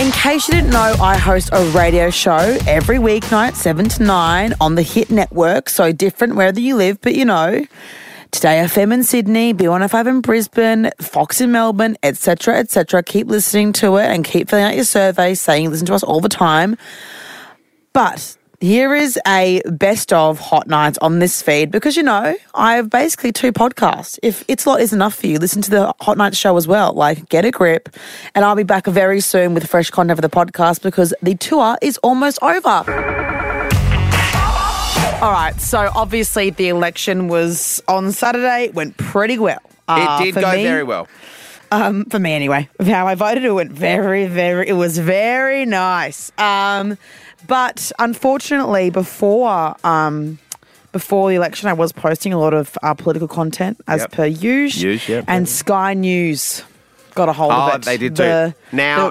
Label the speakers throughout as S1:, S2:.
S1: In case you didn't know, I host a radio show every weeknight, 7 to 9, on the Hit Network. So different wherever you live, but you know. Today FM in Sydney, B105 in Brisbane, Fox in Melbourne, etc., etc. Keep listening to it and keep filling out your survey saying you listen to us all the time. But here is a best of hot nights on this feed because you know I have basically two podcasts. If it's lot is enough for you, listen to the hot night show as well. Like get a grip, and I'll be back very soon with fresh content for the podcast because the tour is almost over. All right, so obviously the election was on Saturday. It went pretty well. Uh,
S2: It did
S1: for
S2: go
S1: me-
S2: very well.
S1: for me anyway. of How I voted, it went very, very. It was very nice. Um, but unfortunately, before um, before the election, I was posting a lot of uh, political content as
S2: Yep.
S1: per usual,
S2: Use, yep.
S1: and Sky News. Got a hold
S2: Oh,
S1: of it.
S2: they did too.
S1: the,
S2: Now-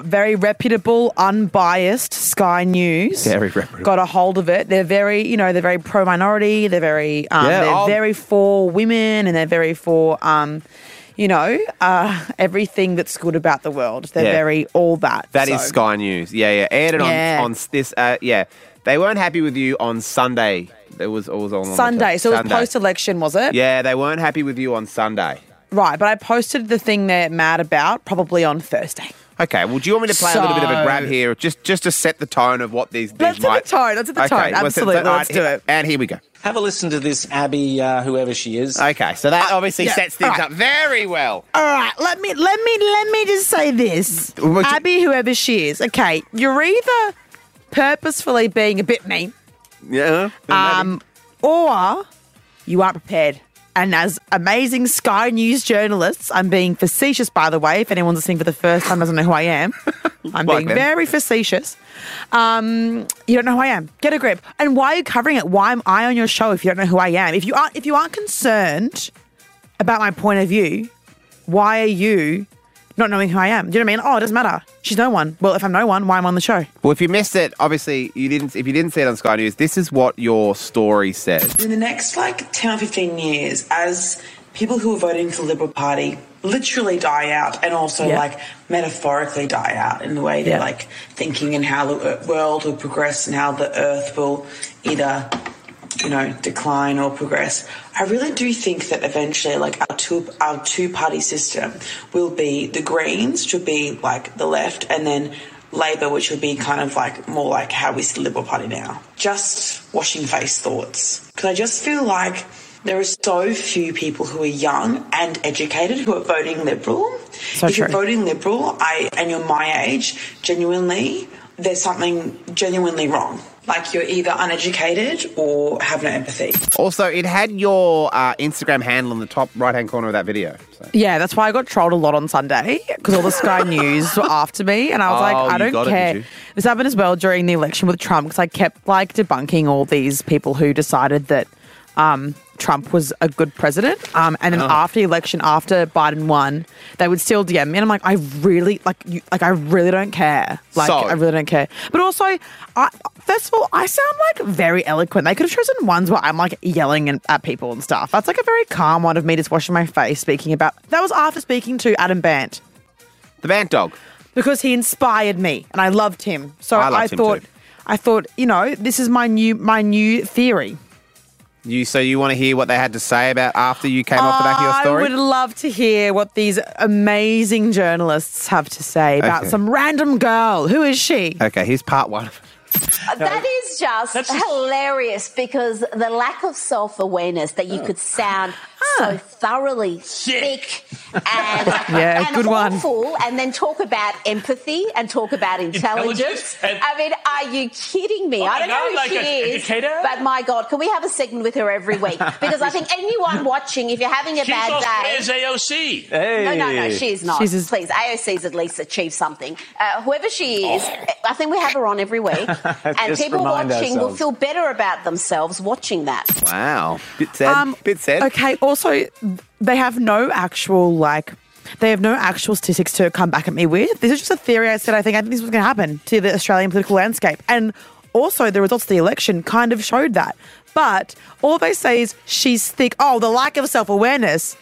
S1: the very reputable, unbiased Sky News
S2: Very reputable.
S1: got a hold of it. They're very, you know, they're very pro minority. They're very, um,
S2: Yeah, oh.
S1: they're
S2: I'll-
S1: very for women, and they're very for, um, you know, uh, everything that's good about the world. They're
S2: Yeah.
S1: very all that.
S2: That is
S1: So-
S2: Sky News. Yeah, yeah. Aired it
S1: Yeah.
S2: on on s- this. Uh, yeah, they weren't happy with you on Sunday. It was it was all on the
S1: Sunday.
S2: top.
S1: So it was
S2: Sunday.
S1: post election, was it?
S2: Yeah, they weren't happy with you on Sunday.
S1: Right. But I posted the thing they're mad about probably on Thursday.
S2: Okay. Well, do you want me to play a little bit of
S1: So-
S2: a grab here, just just to set the tone of what these? these
S1: Let's set the
S2: might-
S1: tone, let's set the
S2: Okay,
S1: tone,
S2: we'll set the
S1: absolutely,
S2: tone. All
S1: let's
S2: right,
S1: do
S2: here-
S1: it.
S2: And here we go.
S3: Have a listen to this Abby, uh, whoever she is. Uh,
S2: Okay, so that obviously
S1: Uh, yeah,
S2: sets things
S1: all right.
S2: up very well.
S1: All right, let me let me let me just say this.
S2: Would you-
S1: Abby, whoever she is, okay, you're either purposefully being a bit mean
S2: Yeah.
S1: Um, or you aren't prepared. And as amazing Sky News journalists, I'm being facetious, by the way. If anyone's listening for the first time doesn't know who I am, I'm
S2: Like
S1: being
S2: them.
S1: very facetious. Um, you don't know who I am. Get a grip. And why are you covering it? Why am I on your show if you don't know who I am? If you aren't, if you aren't concerned about my point of view, why are you not knowing who I am? Do you know what I mean? Oh, it doesn't matter. She's no one. Well, if I'm no one, why am I on the show?
S2: well, if you missed it, obviously you didn't. If you didn't see it on Sky News, this is what your story says.
S4: In the next like 10 or 15 years, as people who are voting for the Liberal Party literally die out and also
S1: Yeah.
S4: like metaphorically die out in the way they're
S1: Yeah.
S4: like thinking and how the e- world will progress and how the earth will either, you know, decline or progress. I really do think that eventually like our two our two party system will be the Greens, which will be like the left, and then Labour, which would be kind of like more like how we see the Liberal Party now. Just washing face thoughts. Because I just feel like there are so few people who are young and educated who are voting Liberal.
S1: So
S4: if you're
S1: true.
S4: voting Liberal I, and you're my age, genuinely, there's something genuinely wrong. Like you're either uneducated or have no empathy.
S2: Also, it had your uh, Instagram handle in the top right-hand corner of that video. So.
S1: Yeah, that's why I got trolled a lot on Sunday because all the Sky News were after me, and I was
S2: Oh,
S1: like, I
S2: you
S1: don't
S2: got it, did
S1: care.
S2: you?
S1: this happened as well during the election with Trump because I kept like debunking all these people who decided that um, Trump was a good president, um, and
S2: Uh-huh.
S1: then after the election, after Biden won, they would still DM me, and I'm like, I really like, you, like I really don't care, like
S2: So-
S1: I really don't care. But also, I, first of all, I sound like very eloquent. They could have chosen ones where I'm like yelling and, at people and stuff. That's like a very calm one of me just washing my face, speaking about. That was after speaking to Adam Bant
S2: The Bant Dog.
S1: because he inspired me and I loved him. So
S2: I
S1: I,
S2: loved him
S1: thought,
S2: too.
S1: I thought, you know, this is my new my new theory.
S2: You so you want to hear what they had to say about after you came off the back of your story?
S1: I would love to hear what these amazing journalists have to say about
S2: Okay.
S1: some random girl. Who is she?
S2: okay, here's part one.
S5: Uh, That is just hilarious because the lack of self awareness that you could sound so thoroughly sick and,
S1: Yeah,
S5: and
S1: good one.
S5: awful and then talk about empathy and talk about intelligence.
S6: Intelligence and-
S5: I mean, are you kidding me? I don't know
S6: God,
S5: who
S6: like
S5: she
S6: an
S5: is,
S6: educator?
S5: but my God, can we have a segment with her every week? Because I think anyone watching, if you're having a
S6: She's
S5: bad day,
S6: Australia's AOC.
S5: no, no, no, she's not.
S1: She's as-
S5: Please, AOC's at least achieved something. Uh, whoever she is, I think we have her on every week.
S3: Let's
S5: and
S3: Oh. just
S5: people
S3: remind
S5: watching will
S3: ourselves.
S5: feel better about themselves watching that.
S2: Wow. Bit sad. Bit sad.
S1: Um, Okay. Also, they have no actual like. They have no actual statistics to come back at me with. This is just a theory I said. I think I think this was going to happen to the Australian political landscape, and also the results of the election kind of showed that. But all they say is she's thick. Oh, the lack of self awareness.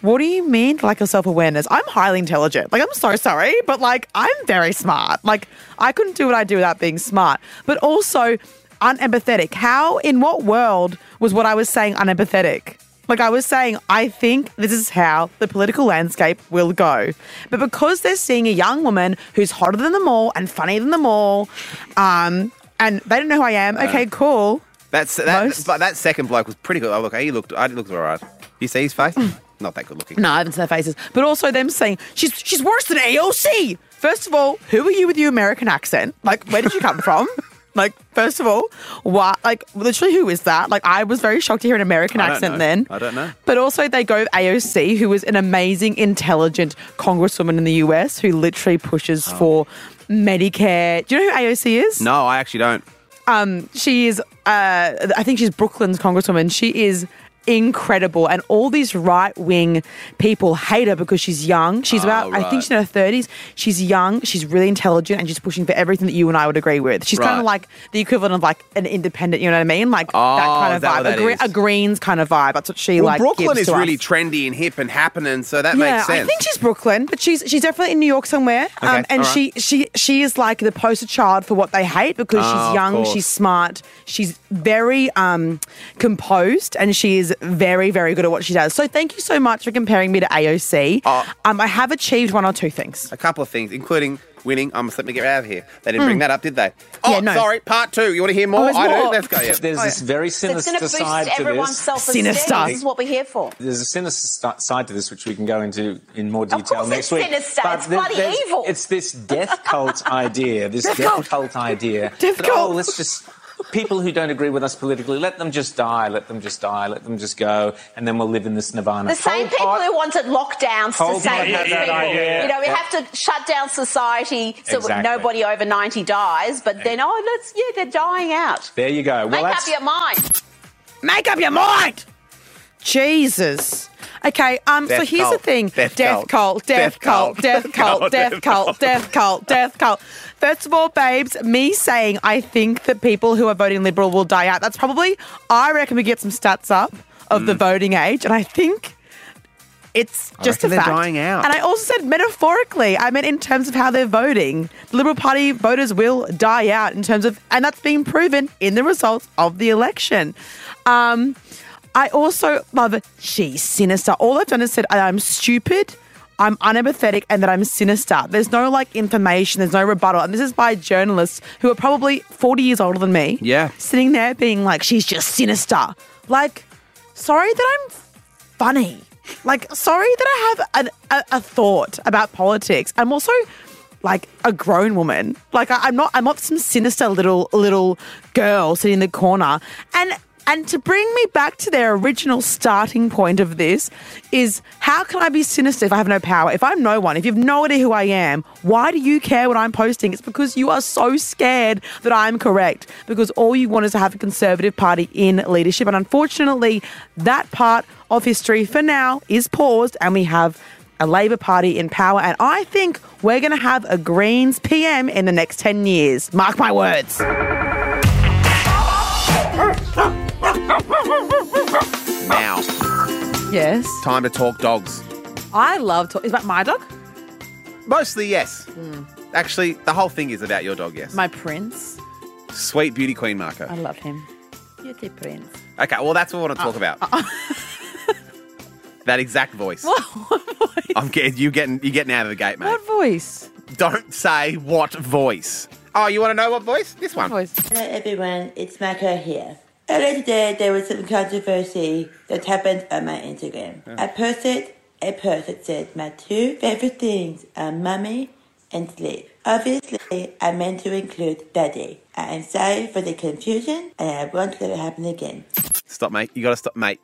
S1: What do you mean lack of self awareness? I'm highly intelligent. Like I'm so sorry, but like I'm very smart. Like I couldn't do what I do without being smart. But also unempathetic. How in what world was what I was saying unempathetic? Like I was saying, I think this is how the political landscape will go. But because they're seeing a young woman who's hotter than them all and funnier than them all, um, and they don't know who I am, okay, cool.
S2: That's that,
S1: Most-
S2: but that second bloke was pretty good. Oh, look, he looked. I looked all right. You see his face? Not that good looking.
S1: Hmm. No, I haven't seen their faces. But also them saying she's she's worse than AOC. First of all, who are you with your American accent? Like, where did you come from? Like, first of all, why? Like, literally, who is that? Like, I was very shocked to hear an American
S2: I don't
S1: accent
S2: know.
S1: then.
S2: I don't know.
S1: But also, they go with AOC, who is an amazing, intelligent congresswoman in the US who literally pushes
S2: Oh.
S1: for Medicare. Do you know who AOC is?
S2: No, I actually don't.
S1: She is, uh, I think she's Brooklyn's congresswoman. She is incredible. And all these right wing people hate her because she's young. She's about, I
S2: right.
S1: think she's in her 30s. She's young, she's really intelligent, and she's pushing for everything that you and I would agree with. She's kind
S2: Right.
S1: of like the equivalent of like an independent, you know what I mean? Like that
S2: Oh,
S1: kind of
S2: is that what
S1: vibe.
S2: that
S1: A, gre-
S2: is?
S1: a Greens kind of vibe. That's what she
S2: Well,
S1: like.
S2: Brooklyn
S1: gives
S2: is
S1: to us.
S2: really trendy and hip and happening, so that
S1: Yeah,
S2: makes
S1: I
S2: sense.
S1: think she's Brooklyn, but she's she's definitely in New York somewhere. Um,
S2: Okay,
S1: and
S2: all right.
S1: she she she is like the poster child for what they hate because
S2: Ah,
S1: she's
S2: of
S1: young,
S2: course.
S1: she's smart, she's very um composed, and she is very very good at what she does. So thank you so much for comparing me to AOC.
S2: Oh.
S1: Um, I have achieved one or two things.
S2: a couple of things, including winning. I'm let me get out of here. They didn't bring that up, did they? Oh,
S1: Hmm. Yeah, no. Oh,
S2: sorry. Part two. You want to hear more?
S1: there's
S2: I do.
S1: more.
S2: Let's go. Yeah.
S3: There's this very
S5: Oh, So it's
S3: sinister
S5: going to boost
S3: side to
S5: everyone's
S3: this.
S5: self-esteem.
S1: Sinister.
S5: This is what we're here for.
S3: there's a sinister st- side to this, which we can go into in more detail
S5: course
S3: next
S5: it's
S3: week.
S5: sinister. It's
S3: there-
S5: bloody
S3: there's-
S5: evil.
S3: It's this death cult idea. This death,
S1: cult.
S3: cult. idea.
S1: Death
S3: that,
S1: cult.
S3: Oh, let's just people who don't agree with us politically, let them just die. Let them just die. Let them just go, and then we'll live in this nirvana.
S5: The same
S3: Pol
S5: people
S3: Pot-
S5: who wanted lockdowns to
S3: Pol Pot
S5: save
S3: had
S5: these
S3: that
S5: people.
S3: idea.
S5: You know, we
S3: Yeah.
S5: have to shut down society so
S3: Exactly.
S5: nobody over 90 dies, but then, oh, let's, yeah, they're dying out.
S3: There you go.
S5: Make
S3: well,
S5: up
S3: that's
S5: your mind.
S1: Make up your mind. Jesus. Okay, um, so
S2: Death
S1: here's
S2: cult.
S1: the thing.
S2: Death cult.
S1: cult, death
S2: Death
S1: cult,
S2: cult.
S1: death cult, death cult, death cult, death cult. First of all, babes, me saying I think that people who are voting Liberal will die out. That's probably, I reckon we get some stats up of
S2: Mm.
S1: the voting age, and I think it's just a
S2: reckon they're
S1: fact.
S2: dying out.
S1: And I also said metaphorically, I meant in terms of how they're voting. The Liberal Party voters will die out in terms of, and that's been proven in the results of the election. Um, I also love she's sinister. All I've done is said I'm stupid, I'm unempathetic, and that I'm sinister. There's no like information, there's no rebuttal. And this is by journalists who are probably 40 years older than me.
S2: Yeah.
S1: Sitting there being like, she's just sinister. Like, sorry that I'm funny. Like, sorry that I have an, a, a thought about politics. I'm also like a grown woman. Like, I, I'm not. I'm not some sinister little little girl sitting in the corner. And and to bring me back to their original starting point of this is how can I be sinister if I have no power? If I'm no one, if you've no idea who I am, why do you care what I'm posting? It's because you are so scared that I'm correct. Because all you want is to have a conservative party in leadership, and unfortunately, that part of history for now is paused and we have a Labour Party in power. And I think we're going to have a Greens PM in the next 10 years. Mark my words.
S2: Now,
S1: Yes.
S2: time to talk dogs.
S1: I love to- Is that my dog?
S2: Mostly, yes. Actually, the whole thing is about your dog. Yes.
S1: Hmm. My prince.
S2: Sweet beauty queen, Marco.
S1: I love him. Beauty prince.
S2: Okay, well, that's what I want to talk about.
S1: Uh,
S2: that exact voice. I'm getting you getting you getting out of the gate, mate.
S1: What voice?
S2: Don't say what voice. Oh, you want to know what voice? This one.
S1: Voice.
S7: Hello everyone, it's Mako here. Earlier today there was some controversy that happened on my Instagram. A person a person said my two favorite things are mummy and sleep. Obviously I meant to include daddy. I am sorry for the confusion and I won't let it happen again.
S2: Stop, mate. You got to stop, mate.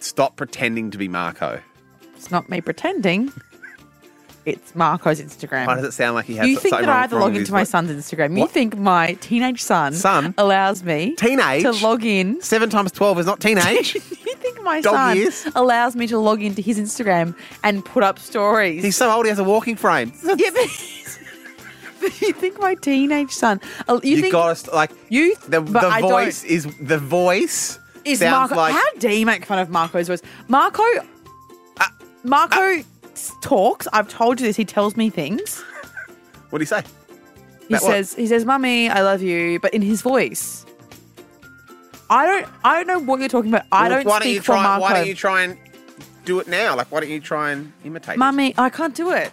S2: Stop pretending to be Marco.
S1: It's not me pretending. It's Marco's Instagram.
S2: Why does it sound like he has
S1: you think
S2: something
S1: that
S2: wrong-
S1: I either
S2: wrong
S1: log
S2: with his
S1: into my
S2: voice?
S1: son's Instagram. You
S2: What?
S1: think my teenage son,
S2: Son?
S1: allows me
S2: Teenage?
S1: to log in.
S2: Seven times twelve is not teenage.
S1: you think my
S2: Dog
S1: son
S2: years?
S1: allows me to log into his Instagram and put up stories?
S2: He's so old he has a walking frame.
S1: yeah, but, but you think my teenage son? uh, You,
S2: You,
S1: think
S2: got to like
S1: you?
S2: the,
S1: but
S2: the
S1: I don't-
S2: voice is the voice
S1: is
S2: sounds
S1: Marco.
S2: like
S1: how do you make fun of Marco's voice? Marco,
S2: Uh,
S1: Marco s- talks. I've told you this. He tells me things.
S2: what do you say?
S1: He
S2: That what?
S1: says, he says, "Mummy, I love you," but in his voice. I don't, I don't know what you're talking about. I
S2: Well,
S1: don't
S2: why
S1: speak
S2: don't you
S1: for
S2: try?
S1: Marco.
S2: Why don't you try and do it now? Like why don't you try and imitate?
S1: Mummy, I can't do it.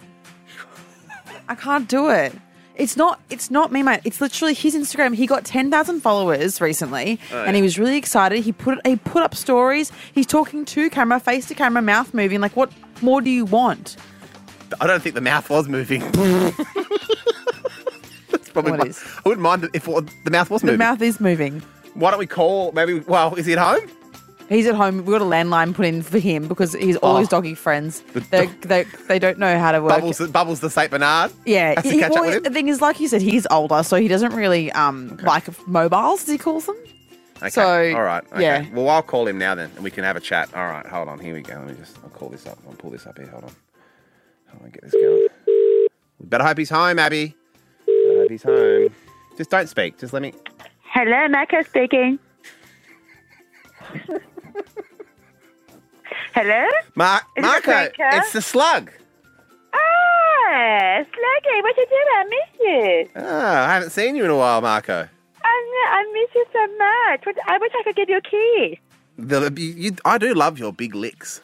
S1: I can't do it. It's not. It's not me, mate. It's literally his Instagram. He got ten thousand followers recently,
S2: Oh,
S1: and he was really excited. He put he put up stories. He's talking to camera, face to camera, mouth moving. Like, what more do you want?
S2: it? I don't think the mouth was moving. That's probably
S1: What
S2: why-
S1: is?
S2: I wouldn't mind if the mouth was
S1: The
S2: moving.
S1: mouth is moving.
S2: Why don't we call? Maybe. Well, is he at home?
S1: He's at home. We got a landline put in for him because he's all
S2: Oh.
S1: his doggy friends. They, they, they don't know how to work.
S2: Bubbles, Bubbles the Saint Bernard.
S1: Yeah,
S2: has to
S1: he-
S2: catch
S1: well,
S2: up with
S1: the
S2: him.
S1: thing is, like you said, he's older, so he doesn't really um like mobiles, as he calls them.
S2: Okay.
S1: so,
S2: all right. Okay.
S1: yeah.
S2: Well, I'll call him now then, and we can have a chat. All right. Hold on. Here we go. Let me just. I'll call this up. I'll pull this up here. Hold on. Hold on. Get this going. Better hope he's home, Abby. Better hope he's home. Just don't speak. Just let me.
S6: Hello, Mecca speaking. Hello?
S2: Mark.
S6: Is it
S2: Marco.
S6: Rebecca?
S2: It's the slug.
S6: Ah, Sluggy, what you doing? I miss you.
S2: Oh, I haven't seen you in a while, Marco.
S6: I, mi- I miss you so much. What, I wish I could give you a kiss.
S2: The, you, you- I do love your big licks.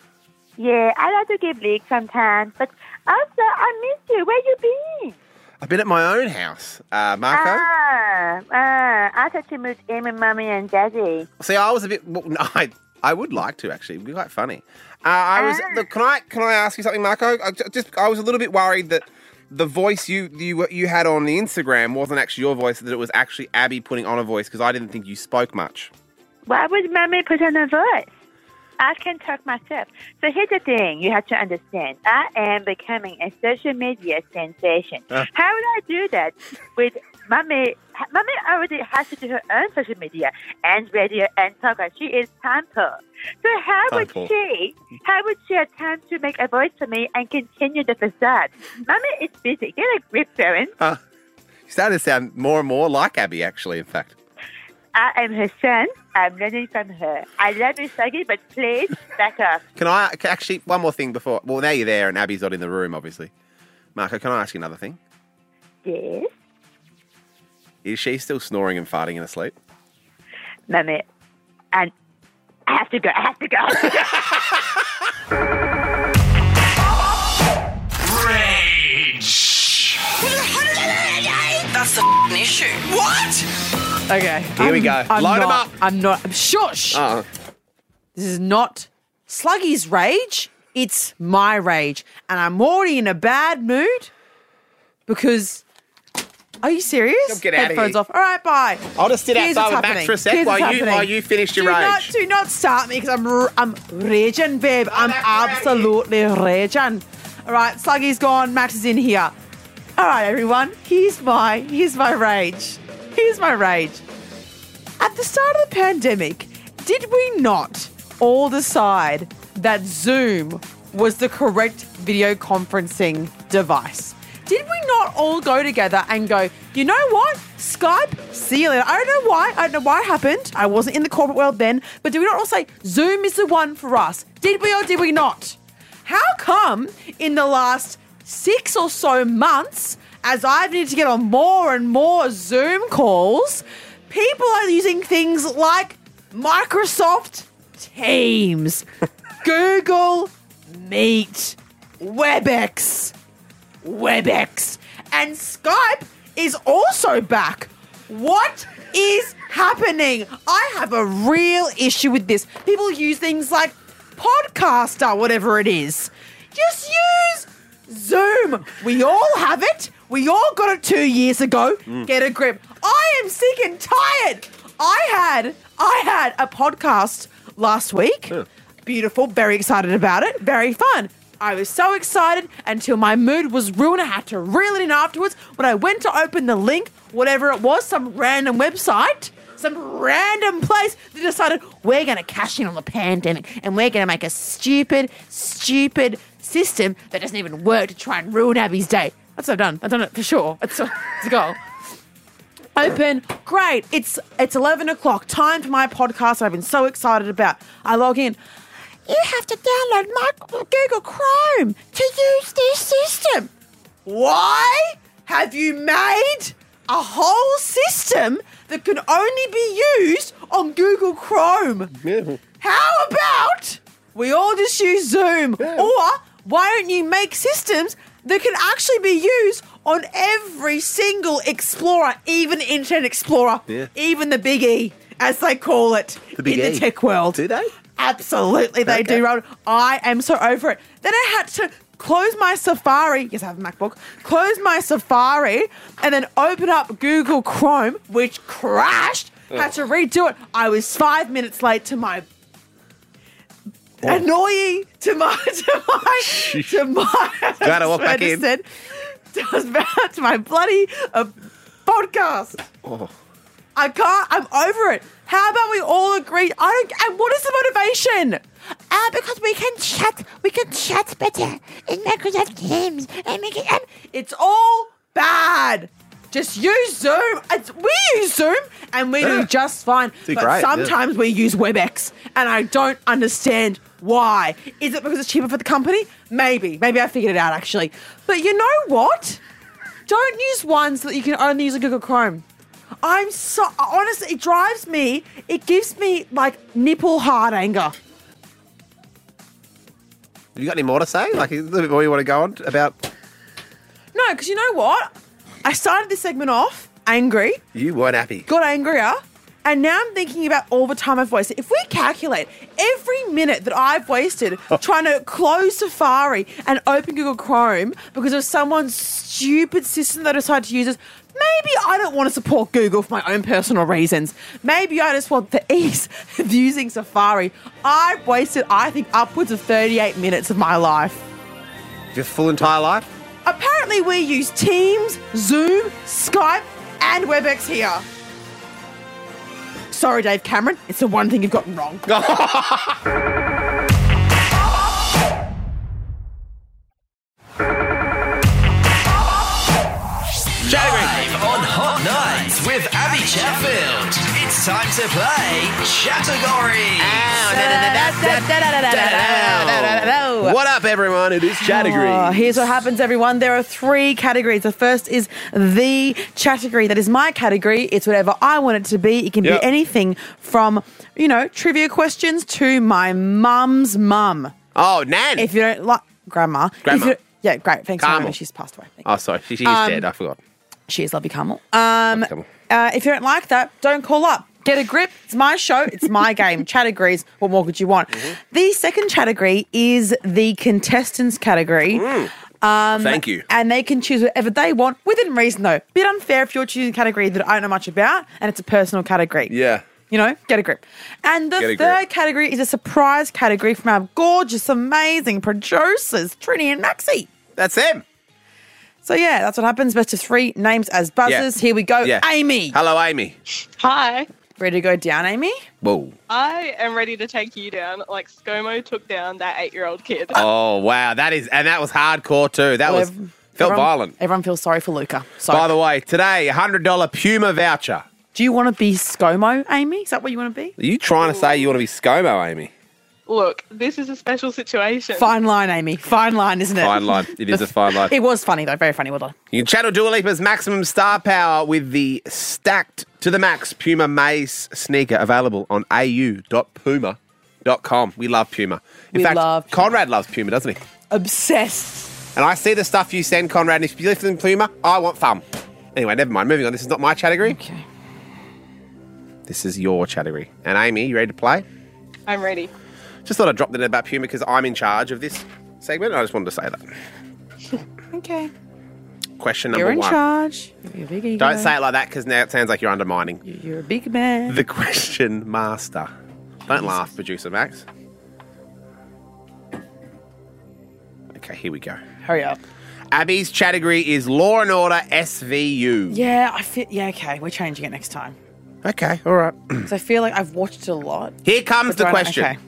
S6: Yeah, I like to give leaks sometimes, but also I miss you. Where you been?
S2: I've been at my own house, uh, Marco.
S6: Ah, ah, I thought you moved in with mummy and daddy.
S2: See, I was a bit. Well, no, I I would like to actually. It'd be quite funny. Uh, I was.
S6: Ah.
S2: Look, can I can I ask you something, Marco? I ju- just I was a little bit worried that the voice you you you had on the Instagram wasn't actually your voice. That it was actually Abby putting on a voice because I didn't think you spoke much.
S6: Why would mummy put on a voice? I can talk myself. So here's the thing you have to understand. I am becoming a social media sensation. How would I do that with mummy? Mummy already has to do her own social media and radio and talker. She is time poor. So how would
S2: Time poor.
S6: she, how would she have time to make a voice for me and continue the facade? Mummy is busy. Get a grip, parents.
S2: You started to sound more and more like Abby, actually. In fact,
S6: I am her son. I'm learning from her. I love you, Sagi, but please back off.
S2: can I can- actually one more thing before? Well, now you're there and Abby's not in the room, obviously. Marco, can I ask you another thing?
S6: Yes.
S2: Is she still snoring and farting in her sleep?
S6: Mummy, and I have to go. I have to go. I have to go.
S8: That's the f***ing issue. What?
S1: Okay.
S2: Here we go. Load 'em
S1: not-
S2: up.
S1: I'm not. I'm shush.
S2: Oh,
S1: This is not Sluggy's rage. It's my rage. And I'm already in a bad mood because. Are you serious?
S2: Get outta
S1: Headphones
S2: here.
S1: off. All right, bye.
S2: I'll just sit
S1: Here's what's
S2: outside with Max
S1: happening.
S2: for a sec
S1: Here's what's
S2: while you-
S1: happening.
S2: while you finish your
S1: do Not,
S2: rage.
S1: do not start me because I'm r- I'm raging, babe. I'm
S2: Max, we're outta here.
S1: absolutely raging. All right, Sluggy's gone. Max is in here. All right, everyone. Here's my here's my rage. Here's my rage. At the start of the pandemic, did we not all decide that Zoom was the correct video conferencing device? Did we not all go together and go, you know what? Skype, see you later. I don't know why. I don't know why it happened. I wasn't in the corporate world then. But did we not all say Zoom is the one for us? Did we or did we not? How come in the last six or so months, as I've needed to get on more and more Zoom calls, people are using things like Microsoft Teams, Google Meet, WebEx, WebEx, and Skype is also back. What is happening? I have a real issue with this. People use things like podcaster, whatever it is. Just use Zoom. We all have it. We all got it two years ago. Get a grip. I am sick and tired. I had I had a podcast last week. Beautiful. Very excited about it. Very fun. I was so excited until my mood was ruined. I had to reel it in afterwards. When I went to open the link, whatever it was, some random website, some random place, they decided we're going to cash in on the pandemic and we're going to make a stupid, stupid system that doesn't even work to try and ruin Abby's day. That's what I've done. I've done it for sure. It's, it's a goal open. Great. It's it's eleven o'clock. Time for my podcast. I've been so excited about. I log in. You have to download my Google Chrome to use this system. Why have you made a whole system that can only be used on Google Chrome? How about we all just use Zoom? Or why don't you make systems that can actually be used on every single Explorer, even Internet Explorer,
S2: Yeah.
S1: even the Big E, as they call it
S2: The Big
S1: in
S2: E.
S1: the tech world.
S2: Do they?
S1: Absolutely, they
S2: Okay.
S1: do, Roland. I am so over it. Then I had to close my Safari. Yes, I have a MacBook. Close my Safari and then open up Google Chrome, which crashed. Had to redo it. I was five minutes late to my annoying to my to my to my.
S2: Gotta
S1: I
S2: walk
S1: swear
S2: back
S1: to
S2: in.
S1: said- to, to my bloody uh, podcast.
S2: Oh.
S1: I can't. I'm over it. How about we all agree? I don't. And what is the motivation? Uh, because we can chat. We can chat better in Microsoft Teams. And we can, and it's all bad. Just use Zoom. It's, we use Zoom and we do
S2: Yeah.
S1: just fine.
S2: Do
S1: but
S2: great, yeah.
S1: sometimes we use WebEx, and I don't understand why. Is it because it's cheaper for the company? Maybe. Maybe I figured it out actually. But you know what? Don't use ones that you can only use on Google Chrome. I'm so honestly, it drives me. It gives me like nipple hard anger.
S2: You got any more to say? Like a little bit more you want to go on about?
S1: No, because you know what? I started this segment off angry,
S2: You weren't happy.
S1: got angrier, and now I'm thinking about all the time I've wasted. If we calculate every minute that I've wasted trying to close Safari and open Google Chrome because of someone's stupid system that decided to use us. Maybe I don't want to support Google for my own personal reasons. Maybe I just want the ease of using Safari. I've wasted, I think, upwards of 38 minutes of my life.
S2: Your full entire life?
S1: Apparently, we use Teams, Zoom, Skype, and WebEx here. Sorry, Dave Cameron, it's the one thing you've gotten wrong.
S9: Live on Hot Nights with Abby Chatfield. It's time to play Chattagory.
S2: What up, everyone? It is
S1: Oh,
S2: Chattergree.
S1: here's what happens, everyone. There are three categories. The first is the category. That is my category. It's whatever I want it to be. It can
S2: Yep.
S1: be anything from, you know, trivia questions to my mum's mum.
S2: Oh, Nan.
S1: If you don't like grandma, if
S2: Grandma.
S1: you- yeah, great. Thanks,
S2: Carmel.
S1: Grandma. She's passed away. Thank
S2: oh, sorry. She, she is dead. I forgot.
S1: She is lovely Carmel. Um,
S2: Carmel.
S1: uh, if you don't like that, don't call up. Get a grip. It's my show. It's my game. Chat agrees. What more could you want?
S2: Mm-hmm.
S1: The second category is the contestants category.
S2: Mm. Thank you.
S1: And they can choose whatever they want within reason, though. Bit unfair if you're choosing a category that I don't know much about and it's a personal category.
S2: Yeah.
S1: You know, get a grip. And
S2: Get
S1: the
S2: a
S1: third
S2: grip.
S1: category is a surprise category from our gorgeous, amazing producers, Trini and Maxie.
S2: That's him.
S1: So, yeah, that's what happens. Best of three names as buzzers. Here we go.
S2: Yeah.
S1: Amy.
S2: Hello, Amy.
S10: Hi,
S1: Ready to go down, Amy?
S2: Whoa.
S10: I am ready to take you down like ScoMo took down that eight year old kid.
S2: Oh, wow. That is, and that was hardcore too. That was,
S1: Everyone-
S2: felt
S1: everyone-
S2: violent.
S1: Everyone feels sorry for Luca. So,
S2: By the way, today, $100 Puma voucher.
S1: do you want to be ScoMo, Amy? Is that what you want to be?
S2: Are you trying to say you want to be ScoMo, Amy?
S10: Look, this is a special situation.
S1: Fine line, Amy. Fine line, isn't it?
S2: Fine line. It is a fine line.
S1: It was funny, though. Very funny. Well done.
S2: You can channel Dua Lipa's maximum star power with the stacked to the max Puma Mace sneaker available on au.puma.com. We love Puma. In
S1: We
S2: fact,
S1: love Puma.
S2: Conrad loves Puma, doesn't he?
S1: Obsessed.
S2: And I see the stuff you send, Conrad, and if you lift in Puma, I want thumb. Anyway, never mind. Moving on. This is not my category.
S1: Okay.
S2: This is your category. And Amy, you ready to play?
S10: I'm ready.
S2: Just thought I'd drop that in about Puma because I'm in charge of this segment. And I just wanted to say that.
S1: Okay.
S2: Question number
S1: You're in
S2: one.
S1: charge. You're a big ego.
S2: Don't say it like that because now it sounds like you're undermining.
S1: You're a big man.
S2: The question master. Don't laugh, producer Max. here we go.
S1: Hurry up.
S2: Abby's category is Law and Order SVU.
S1: Yeah, I feel. Yeah, okay. We're changing it next time.
S2: Okay, all right.
S1: Because I feel like I've watched a lot.
S2: Here comes
S1: But
S2: the
S1: do I not-
S2: question.
S1: okay.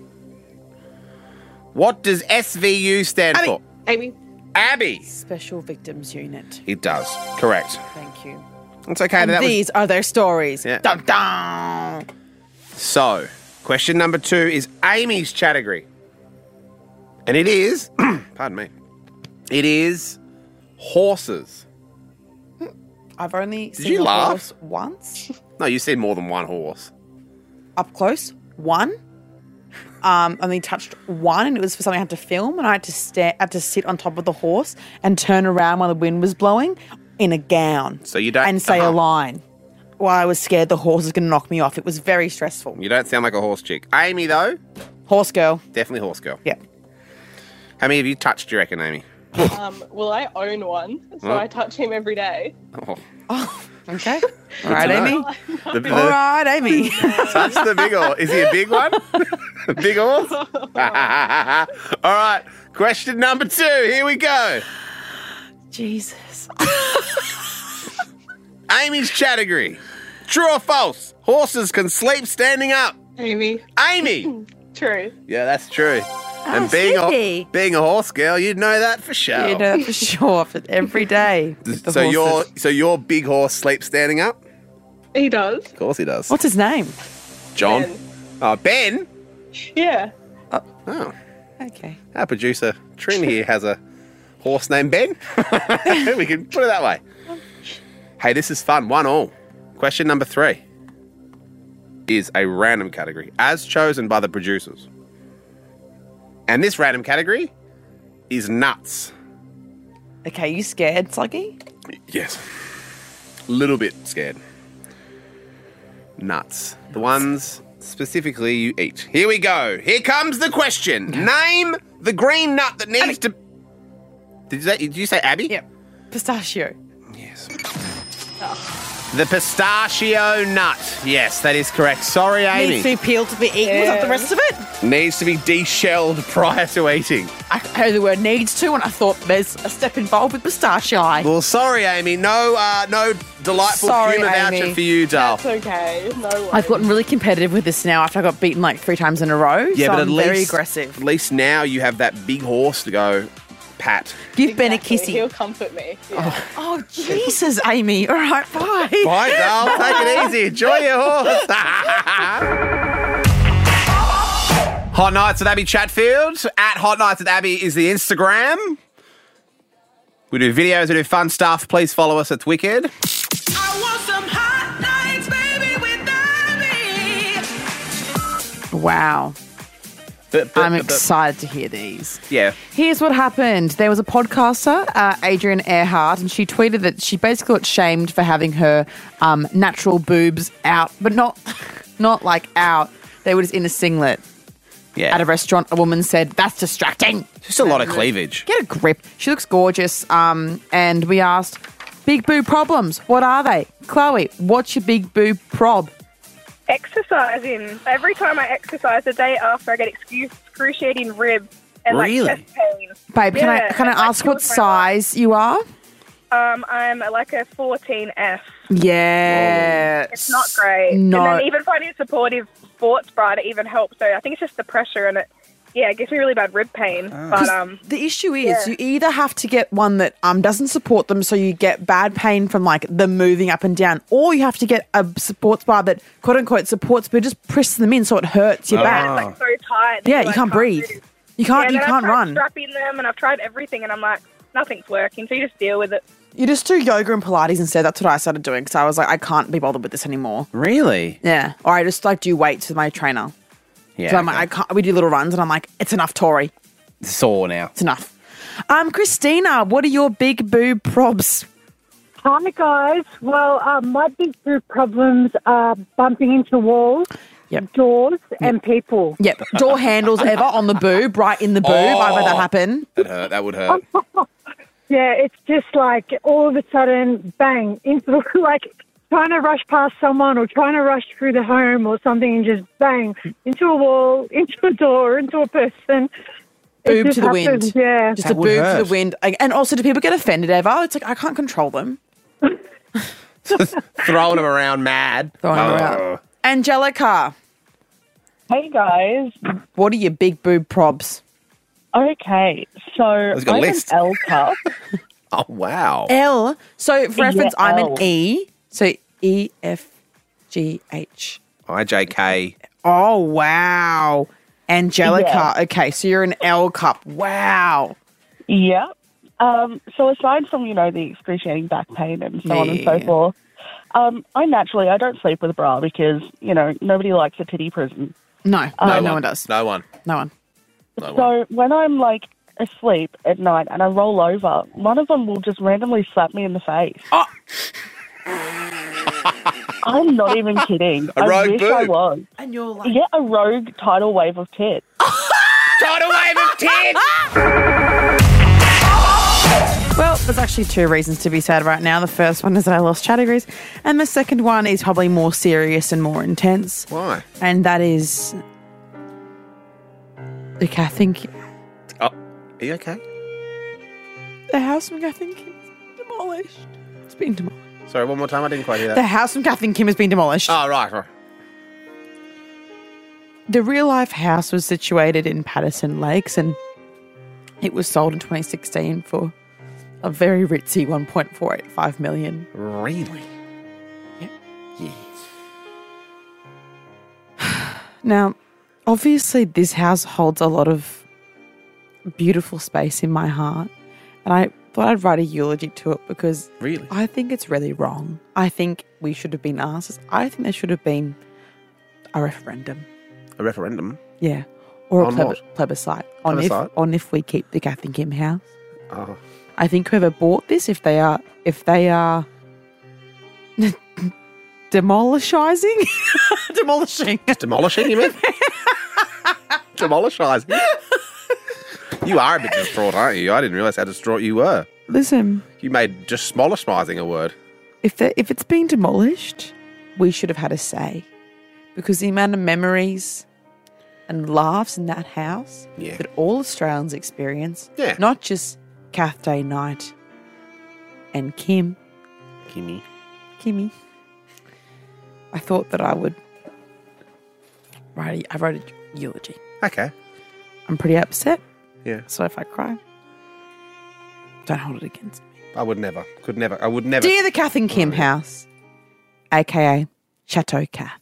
S2: What does SVU stand
S1: Abby.
S2: for?
S11: Amy.
S2: Abby.
S1: Special Victims Unit.
S2: It does. Correct.
S1: Thank you.
S2: It's okay.
S1: And
S2: that was-
S1: these are their stories.
S2: Yeah.
S1: Dun dun.
S2: So, question number two is Amy's category. And it is, pardon me, it is horses.
S1: I've only seen a
S2: you laugh?
S1: horse once
S2: No, you've seen more than one horse.
S1: up close. One. Um, only touched one, and it was for something I had to film, and I had to stare, had to sit on top of the horse and turn around while the wind was blowing in a gown
S2: So you don't.
S1: and say a
S2: Uh-huh.
S1: line. While I was scared the horse was going to knock me off. It was very stressful.
S2: You don't sound like a horse chick. Amy, though,
S1: Horse girl.
S2: definitely horse girl.
S1: Yeah.
S2: How many have you touched, do you reckon, Amy?
S11: Um, well, I own one, so
S2: Oh.
S11: I touch him every day.
S2: Oh,
S1: Okay.
S2: good
S1: All right,
S2: to know.
S1: Amy.
S2: The- the-
S1: All right, Amy.
S2: Touch the big horse. Is he a big one? A big horse? All right. Question number two. Here we go.
S1: Jesus.
S2: Amy's category. True or false? Horses can sleep standing up.
S11: Amy.
S2: Amy.
S11: True.
S2: Yeah, that's true. and being a,
S1: sleepy.
S2: being a horse girl, you'd know that for sure.
S1: Oh, You know that for sure. For every day. with the
S2: so your
S1: horses.
S2: so your big horse sleeps standing up?
S11: He does.
S2: Of course he does.
S1: What's his name?
S2: John? Oh, Ben?
S11: Yeah.
S2: Oh.
S1: Okay.
S2: Our Ah, producer Trin here has a horse named Ben. we can put it that way. Hey, this is fun. One all. Question number three is a random category as chosen by the producers. And this random category is nuts.
S1: Okay, you scared, Sluggy?
S2: Yes. Little bit scared. Nuts. The ones specifically you eat. Here we go. Here comes the question. Name the green nut that needs to. Did you, say, did you say Abby?
S1: Yep. Pistachio.
S2: Yes. The pistachio nut. Yes, that is correct. Sorry, Amy.
S1: Needs to be peeled to be eaten without the rest of it.
S2: Needs to be deshelled prior to eating.
S1: I heard the word needs to, and I thought there's a step involved with pistachio.
S2: Well, sorry, Amy. No, uh, no delightful
S1: Sorry,
S2: humour voucher
S1: Amy.
S2: for you, doll.
S11: It's okay. No worries.
S1: I've gotten really competitive with this now after I got beaten like three times in a row.
S2: Yeah,
S1: so
S2: but
S1: I'm
S2: at least
S1: very aggressive.
S2: At least now you have that big horse to go, pat.
S1: Give Ben a
S11: Exactly. He'll
S1: kissy.
S11: comfort me. Yeah.
S1: Oh, Jesus, Amy. All right, bye.
S2: Bye, doll. Take it easy. Enjoy your horse. Hot Nights with Abby Chatfield. At Hot Nights with Abby is the Instagram. We do videos, we do fun stuff. Please follow us. It's wicked.
S1: Wow.
S2: But,
S1: I'm excited to hear these.
S2: Yeah.
S1: Here's what happened. There was a podcaster, uh, Adrian Earhart, and she tweeted that she basically got shamed for having her um, natural boobs out, but not, not like out. They were just in a singlet
S2: Yeah.
S1: at a restaurant. A woman said, "That's distracting."
S2: Just a lot of cleavage.
S1: Get a grip. She looks gorgeous. Um, and we asked, "Big boob problems? What are they?" Chloe, what's your big boob prob?
S6: Exercising. Every time I exercise, the day after, I get excuse, excruciating rib and like
S2: Really?
S6: chest pain.
S1: Babe, can I
S6: Yeah,
S1: can
S6: and,
S1: I
S6: like,
S1: ask what
S6: kills my life.
S1: size you are?
S6: Um, I'm like a 14F.
S1: Yeah,
S6: It's not great.
S1: No.
S6: And then even finding a supportive sports bra to even help. So I think it's just the pressure and it, yeah, it gives me really bad rib pain. But um,
S1: The issue is you either have to get one that um, doesn't support them, so you get bad pain from like the moving up and down, or you have to get a sports bar that quote unquote supports, but just press them in so it hurts your
S6: yeah, it's
S1: back.
S6: like so tight. that
S1: Yeah, you
S6: like,
S1: can't breathe.
S6: do-
S1: You
S6: yeah,
S1: can't.
S6: and
S1: you
S6: then
S1: can't
S6: I've tried
S1: run.
S6: Strapping them, and I've tried everything, and I'm like, nothing's working. So you just deal with it.
S1: You just do yoga and Pilates instead. That's what I started doing because I was like, I can't be bothered with this anymore.
S2: Really?
S1: Yeah, or I just like do weights with my trainer.
S2: Yeah.
S1: So I'm like, I can't. We do little runs, and I'm like, it's enough, Tori.
S2: sore now.
S1: It's enough. Um, Christina, what are your big boob probs?
S7: Hi guys. Well, um, my big group problems are bumping into walls,
S1: Yep.
S7: doors, and people.
S1: Yep. Door handles ever on the boob, right in the boob. I've
S7: Oh.
S1: had that happen.
S2: That hurt. That would hurt.
S7: Yeah, it's just like all of a sudden, bang! Into like trying to rush past someone or trying to rush through the home or something, and just bang into a wall, into a door, into a person.
S1: boob
S7: just
S1: to the wind.
S7: happens, yeah.
S1: Just
S7: That
S1: a
S7: would
S1: boob to
S7: hurt.
S1: the wind. Like, And also, do people get offended ever? It's like, I can't control them.
S2: Throwing them around mad. Uh,
S1: Throwing 'em around. Angelica.
S12: Hey guys.
S1: What are your big boob probs?
S12: Okay, so
S1: Let's go
S12: I'm an
S1: list.
S12: L cup.
S2: Oh, wow.
S1: L. So for
S12: Yeah,
S1: reference, I'm
S12: L.
S1: an E. So E F G H.
S2: IJK.
S1: Oh wow, Angelica.
S12: Yeah.
S1: Okay, so you're an L cup. Wow.
S12: yeah. Um, so aside from you know the excruciating back pain and so on and so
S1: Yeah.
S12: forth, um, I naturally I don't sleep with a bra because you know nobody likes a titty prison.
S1: No, no,
S12: Um,
S1: no one does.
S2: No one.
S1: No one.
S12: So when I'm like asleep at night and I roll over, one of them will just randomly slap me in the face.
S2: Oh.
S12: I'm not even kidding.
S2: A
S12: I
S2: rogue
S12: wish I
S2: boob.
S12: was.
S1: And you're
S12: like, yeah, a rogue tidal wave of tits.
S2: Tidal wave of
S1: Well, there's actually two reasons to be sad right now. The first one is that I lost categories, and the second one is probably more serious and more intense.
S2: Why?
S1: And that is, like, I think
S2: Oh, are you okay?
S1: the house from Kathleen Kim is demolished. It's been demolished.
S2: Sorry, one more time. I didn't quite hear that.
S1: The house from Kathleen Kim has been demolished.
S2: Oh, right, right.
S1: The real life house was situated in Patterson Lakes and it was sold in 2016 for a very ritzy 1.485 million.
S2: Really? Yes.
S1: Now, obviously, this house holds a lot of beautiful space in my heart, and I thought I'd write a eulogy to it because
S2: really,
S1: I think it's really wrong. I think we should have been asked. I think there should have been a referendum.
S2: A referendum.
S1: Yeah, or
S2: On
S1: a pleb-
S2: what?
S1: plebiscite on
S2: Plebiscite?
S1: if on if we keep the Kath and Kim house.
S2: Oh.
S1: I think whoever bought this, if they are if they are demolishizing, demolishing,
S2: Demolishing, you mean? Demolishizing. you are a bit distraught, aren't you? I didn't realise how distraught you were.
S1: Listen,
S2: You made just smolishmizing a word.
S1: if the, if it's been demolished, we should have had a say, because the amount of memories and laughs in that house
S2: Yeah.
S1: that all Australians experience,
S2: Yeah.
S1: not just Kath Day Night and Kim,
S2: Kimmy.
S1: Kimmy. I thought that I would write. A, I wrote a eulogy.
S2: Okay.
S1: I'm pretty upset.
S2: Yeah.
S1: So if I cry, don't hold it against me.
S2: I would never. Could never. I would never.
S1: Dear the Kath and Kim house, aka Chateau Kath.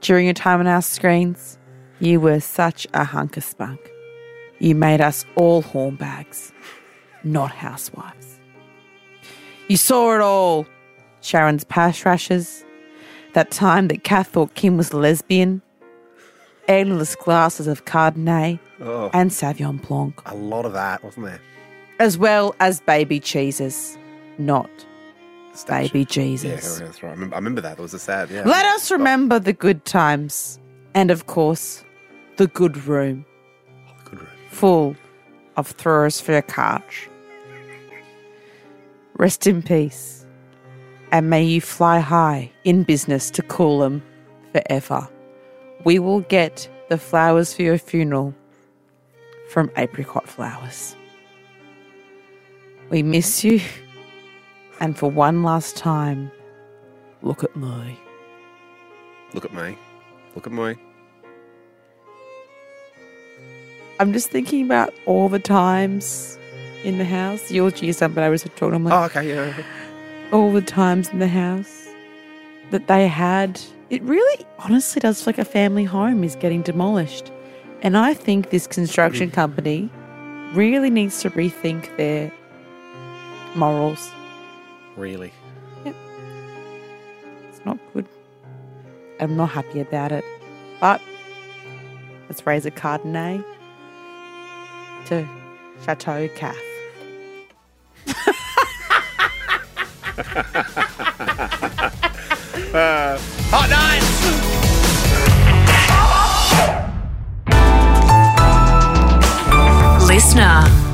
S1: During your time on our screens, you were such a hunk of spunk. You made us all hornbags, not housewives. You saw it all. Sharon's pash rashes, that time that Kath thought Kim was lesbian, endless glasses of Chardonnay
S2: Oh.
S1: and Savion Blanc
S2: a lot of that, wasn't there?
S1: as well as baby cheeses, not baby
S2: Yeah,
S1: Jesus.
S2: that's right. I remember, I remember that. It was a sad. Yeah. Oh,
S1: Let us remember the good times and, of course, the good room. Full of throwers for your couch. Rest in peace, and may you fly high in business to Coolum forever. We will get the flowers for your funeral from Apricot Flowers. We miss you, and for one last time, look at me.
S2: Look at me. Look at me.
S1: I'm just thinking about all the times in the house. Eulogy is something I was talking. I'm like,
S2: Oh, okay. Yeah.
S1: all the times in the house that they had. It really honestly does feel like a family home is getting demolished. And I think this construction company really needs to rethink their morals.
S2: Really.
S1: It's not good. I'm not happy about it. But let's raise a Cardonnay to Chateau Cath.
S2: Uh, hot nights.
S13: Listener.